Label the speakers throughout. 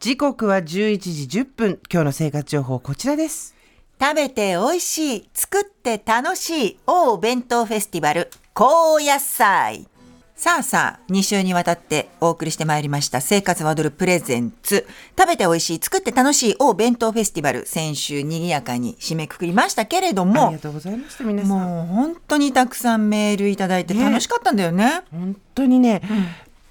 Speaker 1: 時刻は11時10分。今日の生活情報こちらです。
Speaker 2: 食べて美味しい、作って楽しい、お弁当フェスティバル、高野菜。さあさあ、2週にわたってお送りしてまいりました、生活は踊るプレゼンツ。食べて美味しい、作って楽しい、お弁当フェスティバル。先週、賑やかに締めくくりましたけれど
Speaker 1: あり
Speaker 2: も
Speaker 1: が、とうございました、皆さん。
Speaker 2: もう本当にたくさんメールいただいて楽しかったんだよね。
Speaker 1: 本当にね、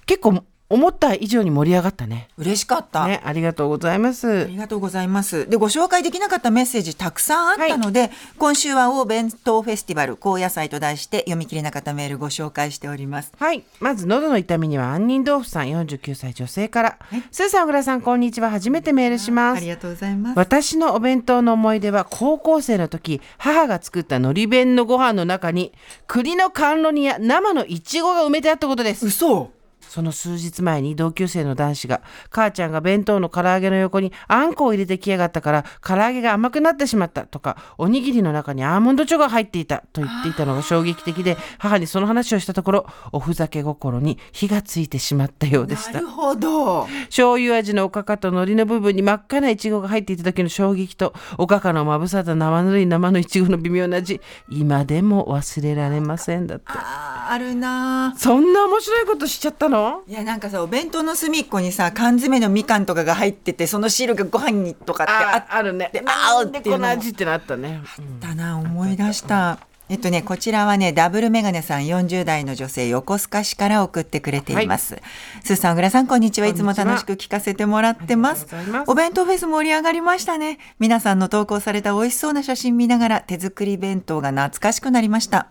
Speaker 1: 結構思った以上に盛り上がったね。
Speaker 2: 嬉しかった。
Speaker 1: ね、ありがとうございます
Speaker 2: あ。りがとうございます。で、ご紹介できなかったメッセージたくさんあったので、今週は大弁当フェスティバル高野菜と題して読み切れなかったメールご紹介しております。
Speaker 1: はい。まず、喉の痛みには杏仁豆腐さん、49歳女性から。スーさん、小倉さん、こんにちは。初めてメールしま
Speaker 2: あ
Speaker 1: す
Speaker 2: り。がとうございます。
Speaker 1: 私のお弁当の思い出は高校生の時母が作ったのり弁のご飯の中に栗の甘露煮や生のいちごが埋めてあったことです
Speaker 2: 嘘
Speaker 1: その数日前に同級生の男子が母ちゃんが弁当の唐揚げの横にあんこを入れてきやがったから唐揚げが甘くなってしまったとかおにぎりの中にアーモンドチョコが入っていたと言っていたのが衝撃的で母にその話をしたところおふざけ心に火がついてしまったようでし
Speaker 2: な
Speaker 1: た
Speaker 2: るほど。
Speaker 1: 醤油味のおかかと海苔の部分に真っ赤なイチゴが入っていた時の衝撃とおかかのまぶさと生ぬるい生のイチゴの微妙な味今でも忘れられませんだって
Speaker 2: あーあるなー
Speaker 1: そんな面白いことしちゃったの
Speaker 2: いやなんかさお弁当の隅っこにさ缶詰のみかんとかが入っててその汁がご飯にとかってあっ
Speaker 1: あるね
Speaker 2: で
Speaker 1: あ
Speaker 2: あー
Speaker 1: で
Speaker 2: っていう
Speaker 1: こ
Speaker 2: の
Speaker 1: の味ってなったね
Speaker 2: だな思い出した。えっとね、こちらはね、ダブルメガネさん40代の女性、横須賀市から送ってくれています。スーさん、小倉さん、こんにち
Speaker 1: こ
Speaker 2: は。
Speaker 1: ん
Speaker 2: い
Speaker 1: に
Speaker 2: つ
Speaker 1: ちは
Speaker 2: も楽しく聞かせてもらってま
Speaker 1: あり
Speaker 2: す。
Speaker 1: がとうございます
Speaker 2: お弁当フェス盛り上がりましたね。皆さんの投稿された美味しそうな写真見ながら、手作り弁当が懐かしくなりました。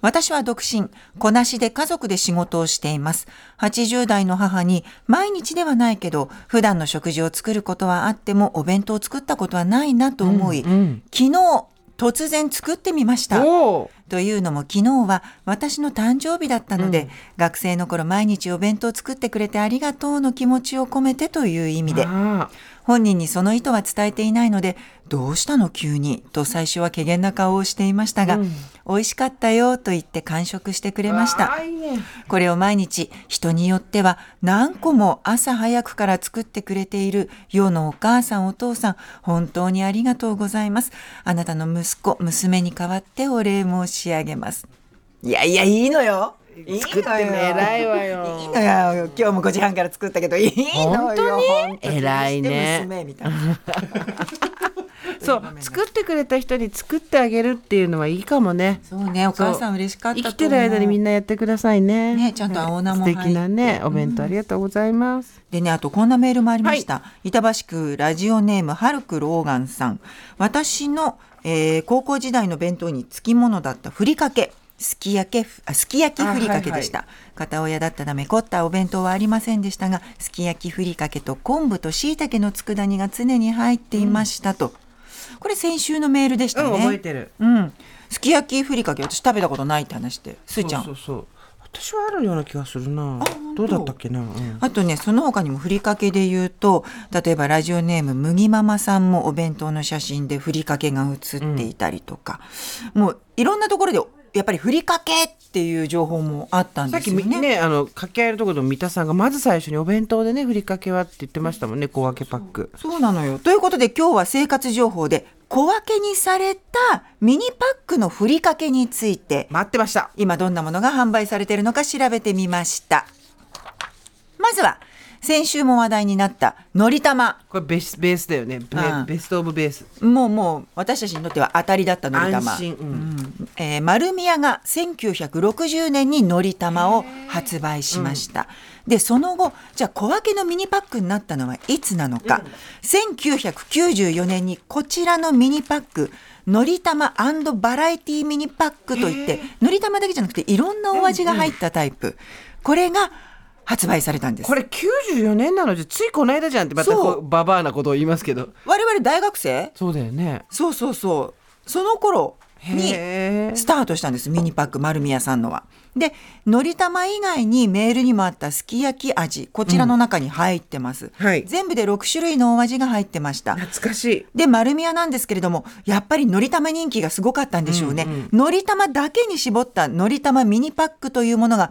Speaker 2: 私は独身、子なしで家族で仕事をしています。80代の母に、毎日ではないけど、普段の食事を作ることはあっても、お弁当を作ったことはないなと思い、昨日、突然作ってみました。
Speaker 1: おー
Speaker 2: というのも昨日は私の誕生日だったので、学生の頃毎日お弁当を作ってくれてありがとうの気持ちを込めてという意味で
Speaker 1: あ
Speaker 2: 本人にその意図は伝えていないのでどうしたの急にと最初は怪げな顔をしていましたが、美味しかったよと言って完食してくれ
Speaker 1: ー
Speaker 2: ました
Speaker 1: あーいいね
Speaker 2: これを毎日人によっては何個も朝早くから作ってくれている世のお母さんお父さん本当にありがとうございますあなたの息子娘に代わってお礼申し上げますいやいやいいのよいいのよ
Speaker 1: 作ってね偉いわよ
Speaker 2: いいのよ今日も5時半から作ったけどいいのよ
Speaker 1: 本当に
Speaker 2: 本当
Speaker 1: 偉いね
Speaker 2: そして娘みたいな
Speaker 1: そう作ってくれた人に作ってあげるっていうのはいいかもね
Speaker 2: そうねお母さん嬉しかった
Speaker 1: 生きてる間にみんなやってくださいね
Speaker 2: ねちゃんと青菜も
Speaker 1: 素
Speaker 2: 入って
Speaker 1: 敵なねお弁当ありがとうございます
Speaker 2: でね、あとこんなメールもありました。板橋区ラジオネーム、ハルク・ローガンさん。私の、えー高校時代の弁当につきものだったふりかけ。すき焼けふ、あすき焼きふりかけでした。片親だったため凝ったお弁当はありませんでしたが、すき焼きふりかけと昆布と椎茸の佃煮が常に入っていましたと。これ先週のメールでしたね。
Speaker 1: てる
Speaker 2: うん。すき焼きふりかけ、私食べたことないって話して、すーちゃん。
Speaker 1: そうそうそう私はあるような気がするな
Speaker 2: 本
Speaker 1: ど
Speaker 2: 当
Speaker 1: うだったっけな、うん
Speaker 2: あとね、その他にもふりかけで言うと、例えばラジオネーム麦ママさんもお弁当の写真でふりかけが写っていたりとか、もういろんなところでやっぱりふりかけっていう情報もあったん
Speaker 1: さっ
Speaker 2: です
Speaker 1: き
Speaker 2: よ
Speaker 1: み
Speaker 2: ね。
Speaker 1: ねあの掛け合いのところでも三田さんがまず最初にお弁当でねふりかけはって言ってましたもんね小分けパック
Speaker 2: そうなのよ。ということで今日は生活情報で小分けにされたミニパックのふりかけについて、
Speaker 1: 待ってました
Speaker 2: 今どんなものが販売されているのか調べてみました。まずは、先週も話題になったのり玉。
Speaker 1: これベースベースだよねベ
Speaker 2: うん
Speaker 1: ベストオブベース
Speaker 2: もうもう私たちにとっては当たりだったのり玉
Speaker 1: 安心、うん
Speaker 2: えー丸宮が1960年にのり玉を発売しました、でその後じゃあ小分けのミニパックになったのはいつなのか、1994年にこちらのミニパックのり玉バラエティミニパックといってのり玉だけじゃなくていろんなお味が入ったタイプ、これが発売されたんです
Speaker 1: これ94年なのでついこの間じゃんってまたこ
Speaker 2: そう
Speaker 1: うババアなことを言いますけど
Speaker 2: 我々大学生
Speaker 1: そうだよね
Speaker 2: そうそうそうその頃に
Speaker 1: へー
Speaker 2: スタートしたんですミニパック丸宮さんのは。でのりたま以外にメールにもあったすき焼き味こちらの中に入ってます、
Speaker 1: はい
Speaker 2: 全部で6種類のお味が入ってました
Speaker 1: 懐かしい。
Speaker 2: で丸宮なんですけれどもやっぱりのりたま人気がすごかったんでしょうね、のりたまだけに絞ったのりたまミニパックというものが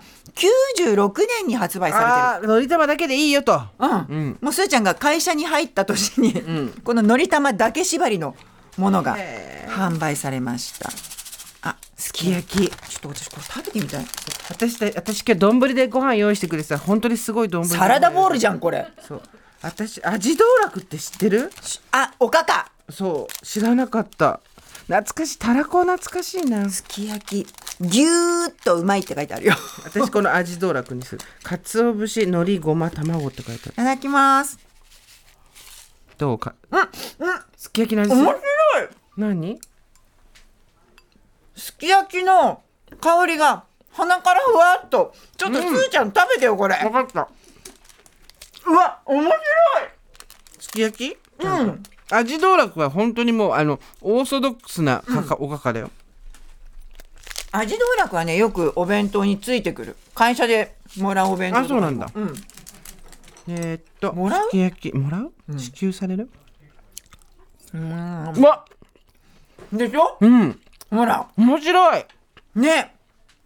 Speaker 2: 96年に発売されてる
Speaker 1: ああ、のり玉だけでいいよと。
Speaker 2: うんもうすーちゃんが会社に入った年に、こののり玉だけ縛りのものが販売されましたあすき焼きちょっと私これ食べてみたい
Speaker 1: 私た、私今日丼でご飯用意してくれてた、本当にすごい丼。
Speaker 2: サラダボール
Speaker 1: ゃ
Speaker 2: じゃんこれ
Speaker 1: ん。そう。私、味道楽って知ってる。
Speaker 2: あおかか
Speaker 1: そう、知らなかった。懐かしい、たらこ懐かしいな。
Speaker 2: すき焼きぎゅーっとうまい って書いてあるよ
Speaker 1: 私この味道楽にする。鰹節、海苔、ごま、卵って書いてある
Speaker 2: い。ただきます
Speaker 1: どうか。
Speaker 2: うんうん
Speaker 1: すき焼きの味す
Speaker 2: 面
Speaker 1: る
Speaker 2: 白。い
Speaker 1: 何。
Speaker 2: すき焼きの香りが鼻からふわっとちょっとすーちゃん食べてよこれ、
Speaker 1: わかった。
Speaker 2: うわ面白い
Speaker 1: すき焼き。うん。味道楽は本当にもう、あの、オーソドックスなかか、おかかだよ。
Speaker 2: 味道楽はねよくお弁当についてくる会社でもらうお弁当
Speaker 1: あ、そうなんだ。
Speaker 2: うん
Speaker 1: えー、っと、
Speaker 2: もらう
Speaker 1: すき焼き、もらう、支給される
Speaker 2: う
Speaker 1: うわ
Speaker 2: んでしょ
Speaker 1: うん、
Speaker 2: ほら
Speaker 1: 面白い
Speaker 2: ね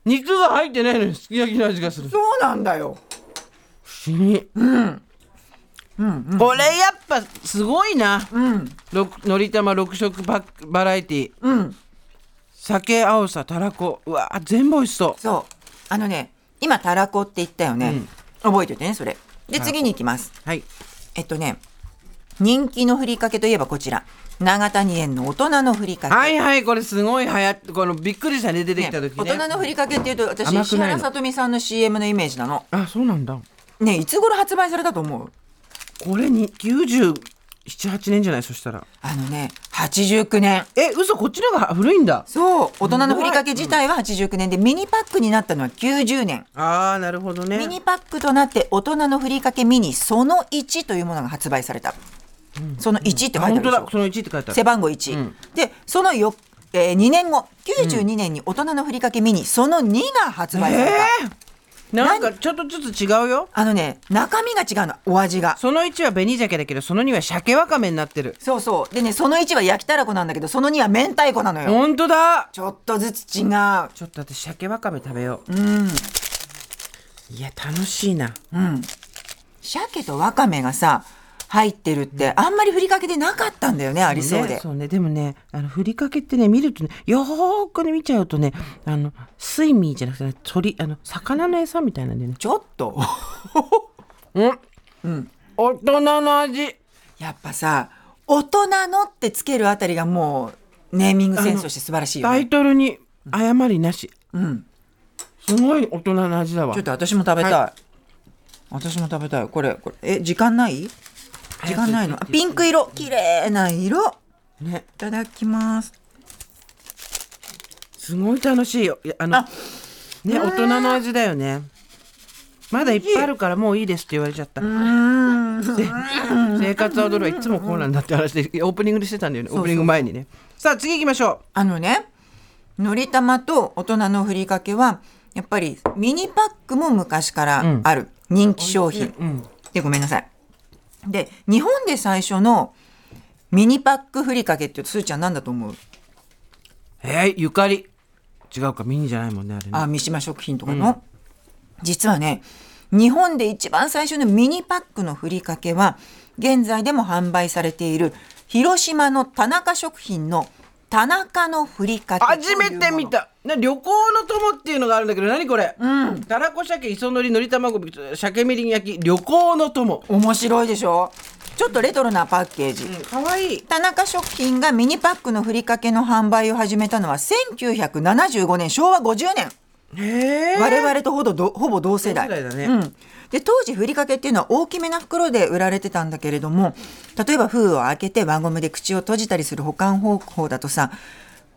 Speaker 1: 肉が入ってないのにすき焼きの味がする。
Speaker 2: そうなんだよ
Speaker 1: 不思議。これやっぱすごいな。
Speaker 2: うん
Speaker 1: ろくのりたま6色パックバラエティ
Speaker 2: うん
Speaker 1: 酒、青さ、たらこ。うわ全部美味しそ
Speaker 2: そうあのね今たらこって言ったよね、覚えておいてねそれで次に行きます
Speaker 1: う。はい。
Speaker 2: えっとね人気のふりかけといえばこちら永谷園の大人のふりかけ、
Speaker 1: はいはい、これすごい流行って、このびっくりしたね、出てき
Speaker 2: ね
Speaker 1: た時ね。
Speaker 2: 大人のふりかけっていうと私
Speaker 1: 甘く
Speaker 2: 石
Speaker 1: ないの
Speaker 2: 原さとみさんの CM のイメージなの
Speaker 1: あ、そうなんだ。
Speaker 2: ねいつ頃発売されたと思う
Speaker 1: これに97、8年じゃないそしたら。
Speaker 2: あのね89年
Speaker 1: え、嘘、こっちの方が古いんだ。
Speaker 2: そう大人のふりかけ自体は89年でミニパックになったのは90年
Speaker 1: あー、なるほどね。
Speaker 2: ミニパックとなって大人のふりかけミニその1というものが発売された、その1って書いてあ
Speaker 1: あ
Speaker 2: る
Speaker 1: 本
Speaker 2: で
Speaker 1: 当
Speaker 2: し
Speaker 1: だ
Speaker 2: ょ
Speaker 1: その1って書いてあ
Speaker 2: 背
Speaker 1: る
Speaker 2: 番号1、でそのよ、え2年後92年に大人のふりかけミニその2が発売された、
Speaker 1: なんかちょっとずつ違うよ
Speaker 2: あのね中身が違うのお味が
Speaker 1: その1は紅鮭だけどその2は鮭わかめになってる
Speaker 2: そうそうでねその1は焼きたらこなんだけどその2は明太子なのよ、
Speaker 1: 本当だ
Speaker 2: ちょっとずつ違
Speaker 1: ち
Speaker 2: う
Speaker 1: ょっと私鮭わかめ食べよういや楽しいな
Speaker 2: 鮭とわかめがさ入ってるってあんまりふりかけでなかったんだよねありそう
Speaker 1: ね
Speaker 2: で
Speaker 1: そうねでもねあのふりかけってね見るとねよーくね見ちゃうとねあの睡眠じゃなくて、ね、鳥あの魚の餌みたいなんでね
Speaker 2: ちょっと
Speaker 1: うん大人の味
Speaker 2: やっぱさ大人のってつけるあたりがもうネーミングセンスとして素晴らしいよ
Speaker 1: タ
Speaker 2: ね
Speaker 1: イトルに誤りなし
Speaker 2: うん
Speaker 1: すごい大人の味だわ
Speaker 2: ちょっと私も食べたい、
Speaker 1: は
Speaker 2: 私も食べたいこれこれえ時間ない時間ないのあ
Speaker 1: 早く
Speaker 2: ピンク色綺麗な色
Speaker 1: ね
Speaker 2: いただきます
Speaker 1: すごい楽しいよ。いやあの
Speaker 2: あ
Speaker 1: ね大人の味だよね。まだいっぱいあるからもういいですって言われちゃった。せ生活は踊るはいつもこうなんだって話でオープニングでしてたんだよね。オープニング前にね。さあ次行きましょ
Speaker 2: あのねのりたまと大人のふりかけはやっぱりミニパックも昔からある人気商品、でごめんなさいで日本で最初のミニパックふりかけってすーちゃんなんだと思う
Speaker 1: う。えー、ゆかり。違うかミニじゃないもんねあれね。
Speaker 2: あ三島食品とかの、実はね日本で一番最初のミニパックのふりかけは現在でも販売されている広島の田中食品の田中のふりかけ
Speaker 1: 初めて見た。な旅行の友っていうのがあるんだけど何これ。うん。たらこ鮭磯のりのり卵鮭みりん焼き旅行の友。
Speaker 2: 面白いでしょちょっとレトロなパッケージ、
Speaker 1: 可愛いい。
Speaker 2: 田中食品がミニパックのふりかけの販売を始めたのは1975年昭和50年
Speaker 1: へえ。
Speaker 2: 我々とほどどほぼ同世代
Speaker 1: 同世代だね
Speaker 2: うん、で当時ふりかけっていうのは大きめな袋で売られてたんだけれども例えば封を開けて輪ゴムで口を閉じたりする保管方法だとさ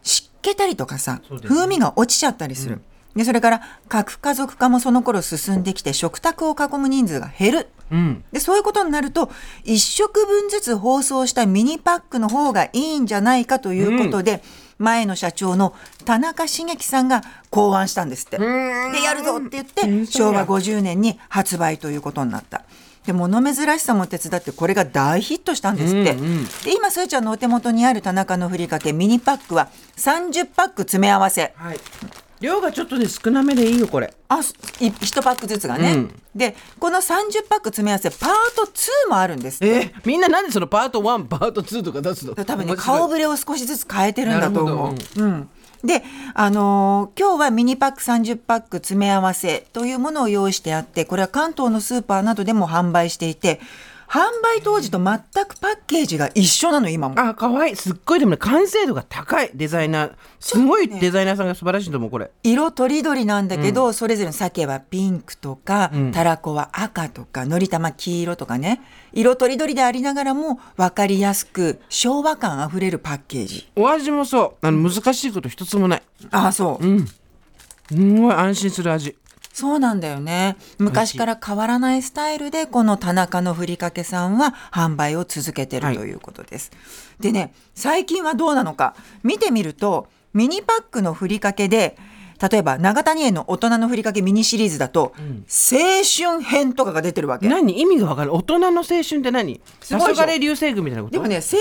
Speaker 2: 湿気たりとかさ、
Speaker 1: そうだよね
Speaker 2: 風味が落ちちゃったりする、でそれから核家族化もその頃進んできて食卓を囲む人数が減る
Speaker 1: うん。
Speaker 2: でそういうことになると1食分ずつ包装したミニパックの方がいいんじゃないかということで、前の社長の田中茂樹さんが考案したんですって。で、やるぞって言って、昭和50年に発売ということになった。で、物珍しさも手伝って、これが大ヒットしたんですって。で、今、すーちゃんのお手元にある田中のふりかけ、ミニパックは30パック詰め合わせ。
Speaker 1: はい。量がちょっとね、少なめでいいよ、これ。
Speaker 2: あすい1パックずつがね、
Speaker 1: うん
Speaker 2: でこの30パック詰め合わせパート2もあるんですって
Speaker 1: えーみんななんでそのパート1、パート2とか出すの
Speaker 2: 多分ね
Speaker 1: 面白い
Speaker 2: 顔ぶれを少しずつ変えてるんだと
Speaker 1: な
Speaker 2: 思
Speaker 1: る
Speaker 2: う。うんで、あのー今日はミニパック30パック詰め合わせというものを用意してあってこれは関東のスーパーなどでも販売していて販売当時と全くパッケージが一緒なの今も。
Speaker 1: あ、可愛いすっごいでもね、完成度が高いデザイナー。すごいデザイナーさんが素晴らしいと思う、これ。
Speaker 2: 色とりどりなんだけど、それぞれの鮭はピンクとか、たらこは赤とかのりたま黄色とかね色とりどりでありながらも分かりやすく昭和感あふれるパッケージ
Speaker 1: お味もそう。あの、難しいこと一つもない。
Speaker 2: ああそ
Speaker 1: す
Speaker 2: う、
Speaker 1: んごい安心する味。
Speaker 2: そうなんだよね昔から変わらないスタイルでこの田中のふりかけさんは販売を続けて
Speaker 1: は
Speaker 2: る
Speaker 1: い
Speaker 2: ということです、でね最近はどうなのか見てみるとミニパックのふりかけで例えば長谷園の大人のふりかけミニシリーズだと、青春編とかが出てるわけ
Speaker 1: 何意味がわかる大人の青春って何黄
Speaker 2: すごいでしょ
Speaker 1: 昏流星群みたいなこと
Speaker 2: でもね青春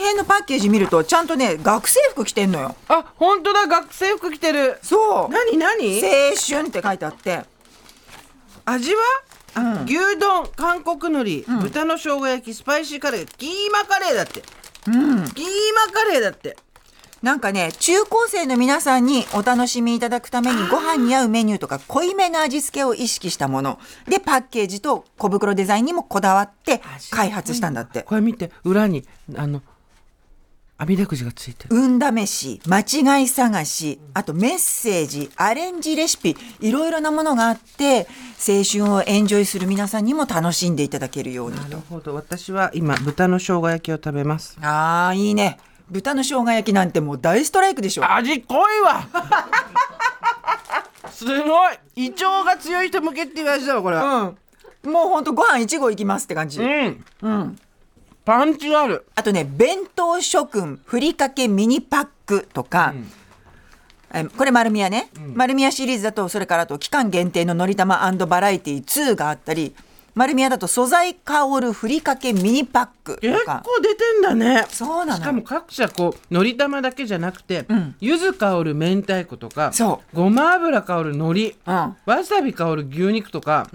Speaker 2: 編のパッケージ見るとちゃんとね学生服着てんのよ
Speaker 1: あ本当だ学生服着てる
Speaker 2: そう
Speaker 1: 何何
Speaker 2: 青春って書いてあって
Speaker 1: 味は、牛丼韓国海苔、豚の生姜焼きスパイシーカレーキーマカレーだってうんキーマカレーだって
Speaker 2: なんかね、中高生の皆さんにお楽しみいただくためにご飯に合うメニューとか濃いめの味付けを意識したもの。で、パッケージと小袋デザインにもこだわって開発したんだって。
Speaker 1: これ見て裏にあの網だくじがついてる
Speaker 2: 運試し、間違い探し、あとメッセージ、アレンジレシピ、いろいろなものがあって、青春をエンジョイする皆さんにも楽しんでいただけるように
Speaker 1: な
Speaker 2: と
Speaker 1: る。ほど私は今豚の生姜焼きを食べます
Speaker 2: ああ、いいね。豚の生姜焼きなんてもう大ストライクでしょ。
Speaker 1: 味濃いわ すごい胃腸が強い人向けって言われてたわこれは
Speaker 2: うん。もうほんとご飯一合いきますって感じ。
Speaker 1: うん、パンチがある
Speaker 2: あとね、弁当諸君ふりかけミニパックとか、えこれ丸宮ね、丸宮シリーズだとそれからあと期間限定ののりたまバラエティ2があったり丸宮だと素材香るふりかけミニパックと
Speaker 1: 結
Speaker 2: か
Speaker 1: 構出てんだね
Speaker 2: そうなの
Speaker 1: しかも各社こうのり玉だけじゃなくて、柚子香る明太子とか
Speaker 2: そ
Speaker 1: ごま油香る海苔、
Speaker 2: うん
Speaker 1: わさび香る牛肉とか、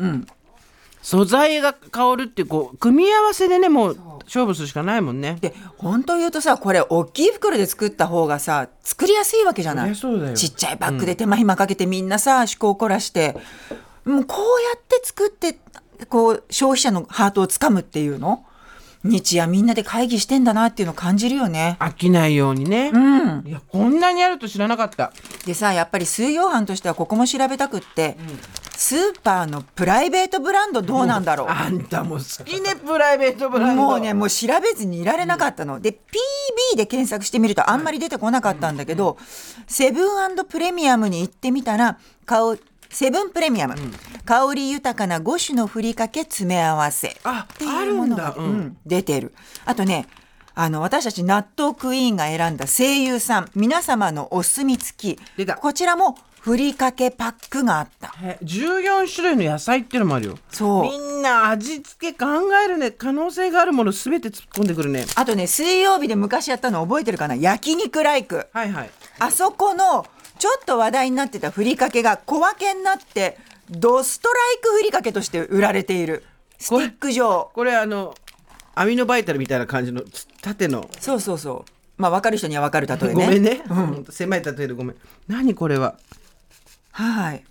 Speaker 1: 素材が香るっていうこう組み合わせでねもう勝負するしかないもんね
Speaker 2: で本当言うとさこれ大きい袋で作った方がさ作りやすいわけじゃな
Speaker 1: そり
Speaker 2: い
Speaker 1: ゃそうだよ
Speaker 2: ちっちゃいバッグで手間暇かけてみんなさ趣向を凝らしてもうこうやって作ってこう消費者のハートをつかむっていうの日夜みんなで会議してんだなっていうのを感じるよね。
Speaker 1: 飽きないようにね、
Speaker 2: うん、
Speaker 1: いやこんなにあると知らなかった
Speaker 2: でさやっぱり水曜班としてはここも調べたくって、スーパーのプライベートブランドどうなんだろう
Speaker 1: あんたも好きねプライベートブランド
Speaker 2: もうねもう調べずにいられなかったの、で PB で検索してみるとあんまり出てこなかったんだけど、セブンプレミアムに行ってみたら香セブンプレミアム、香り豊かな5種のふりかけ詰め合わせ
Speaker 1: あ
Speaker 2: っていうものが
Speaker 1: あるんだうん
Speaker 2: うん出てるあとねあの私たち納豆クイーンが選んだ声優さん皆様のお墨付き
Speaker 1: 出た
Speaker 2: こちらもふりかけパックがあった
Speaker 1: え14種類の野菜ってのもあるよ
Speaker 2: そう
Speaker 1: みんな味付け考えるね可能性があるもの全て突っ込んでくるね
Speaker 2: あとね水曜日で昔やったの覚えてるかな焼肉ライク
Speaker 1: はいはい
Speaker 2: あそこのちょっと話題になってたふりかけが小分けになってドストライクふりかけとして売られているスティック状
Speaker 1: これあのアミノバイタルみたいな感じのつ縦の
Speaker 2: そうそうそうまあ分かる人には分かる例えね
Speaker 1: ごめんね、ほんと狭い例えでごめん何これは
Speaker 2: はい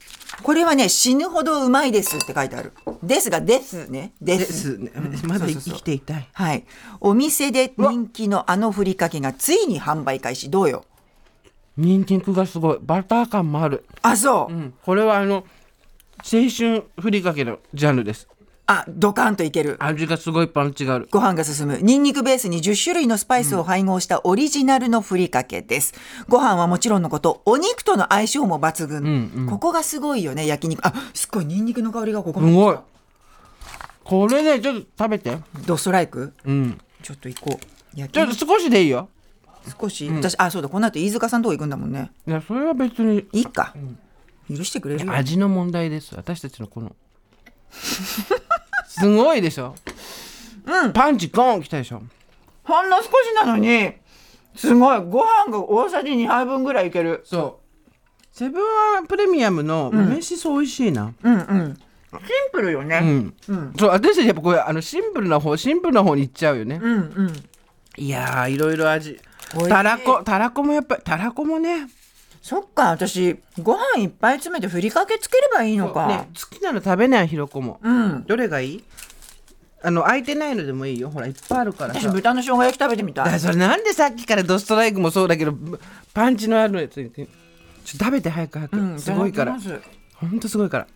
Speaker 2: これはね死ぬほどうまいですって書いてあるですがですねで
Speaker 1: ですすね、まだ
Speaker 2: そう
Speaker 1: 生
Speaker 2: そうそう
Speaker 1: きていたい
Speaker 2: はいお店で人気のあのふりかけがついに販売開始どうよ
Speaker 1: 人間がすごいバター感もある、
Speaker 2: あそう、
Speaker 1: うん、これはあの青春ふりかけのジャンルです
Speaker 2: あドカンといける
Speaker 1: 味がすごいパンチがある
Speaker 2: ご飯が進む。ニンニクベースに10種類のスパイスを配合したオリジナルのふりかけです。ご飯はもちろんのこと、お肉との相性も抜群。ここがすごいよね、焼肉。あ、すっごいニンニクの香りがここ
Speaker 1: すごいこれねちょっと食べて
Speaker 2: ドストライク
Speaker 1: うん
Speaker 2: ちょっと行こう。焼
Speaker 1: ちょっ
Speaker 2: 肉
Speaker 1: と少しでいいよ
Speaker 2: 少し、私あそうだこの後飯塚さんとこ行くんだもんね
Speaker 1: いやそれは別に
Speaker 2: いいか、許してくれるよ
Speaker 1: 味の問題です私たちのこ のすごいでしょ、うん、パンチゴーンきたでしょ
Speaker 2: ほんの少しなのにすごいご飯が大さじ2杯分ぐらいいける
Speaker 1: そうセブンアイプレミアムの梅しそ美味しいな、
Speaker 2: うんうんシンプルよね、
Speaker 1: そう私たちやっぱこれあのシンプルな方シンプルな方に行っちゃうよね、
Speaker 2: うんうん
Speaker 1: いやーいろいろ味
Speaker 2: 美味しい
Speaker 1: たらこたらこもやっぱりたらこもね
Speaker 2: そっか私ご飯いっぱい詰めてふりかけつければいいのか
Speaker 1: ね好きなの食べないひろこも、
Speaker 2: うん
Speaker 1: どれがいいあの空いてないのでもいいよほらいっぱいあるから
Speaker 2: 私
Speaker 1: さ
Speaker 2: 豚の生姜焼き食べてみ
Speaker 1: だか
Speaker 2: た
Speaker 1: ら
Speaker 2: い
Speaker 1: それなんでさっきからドストライクもそうだけどパンチのあるやつにちょっと食べて早く早く、
Speaker 2: うん
Speaker 1: すごいから
Speaker 2: ただきます
Speaker 1: ほんとすごいから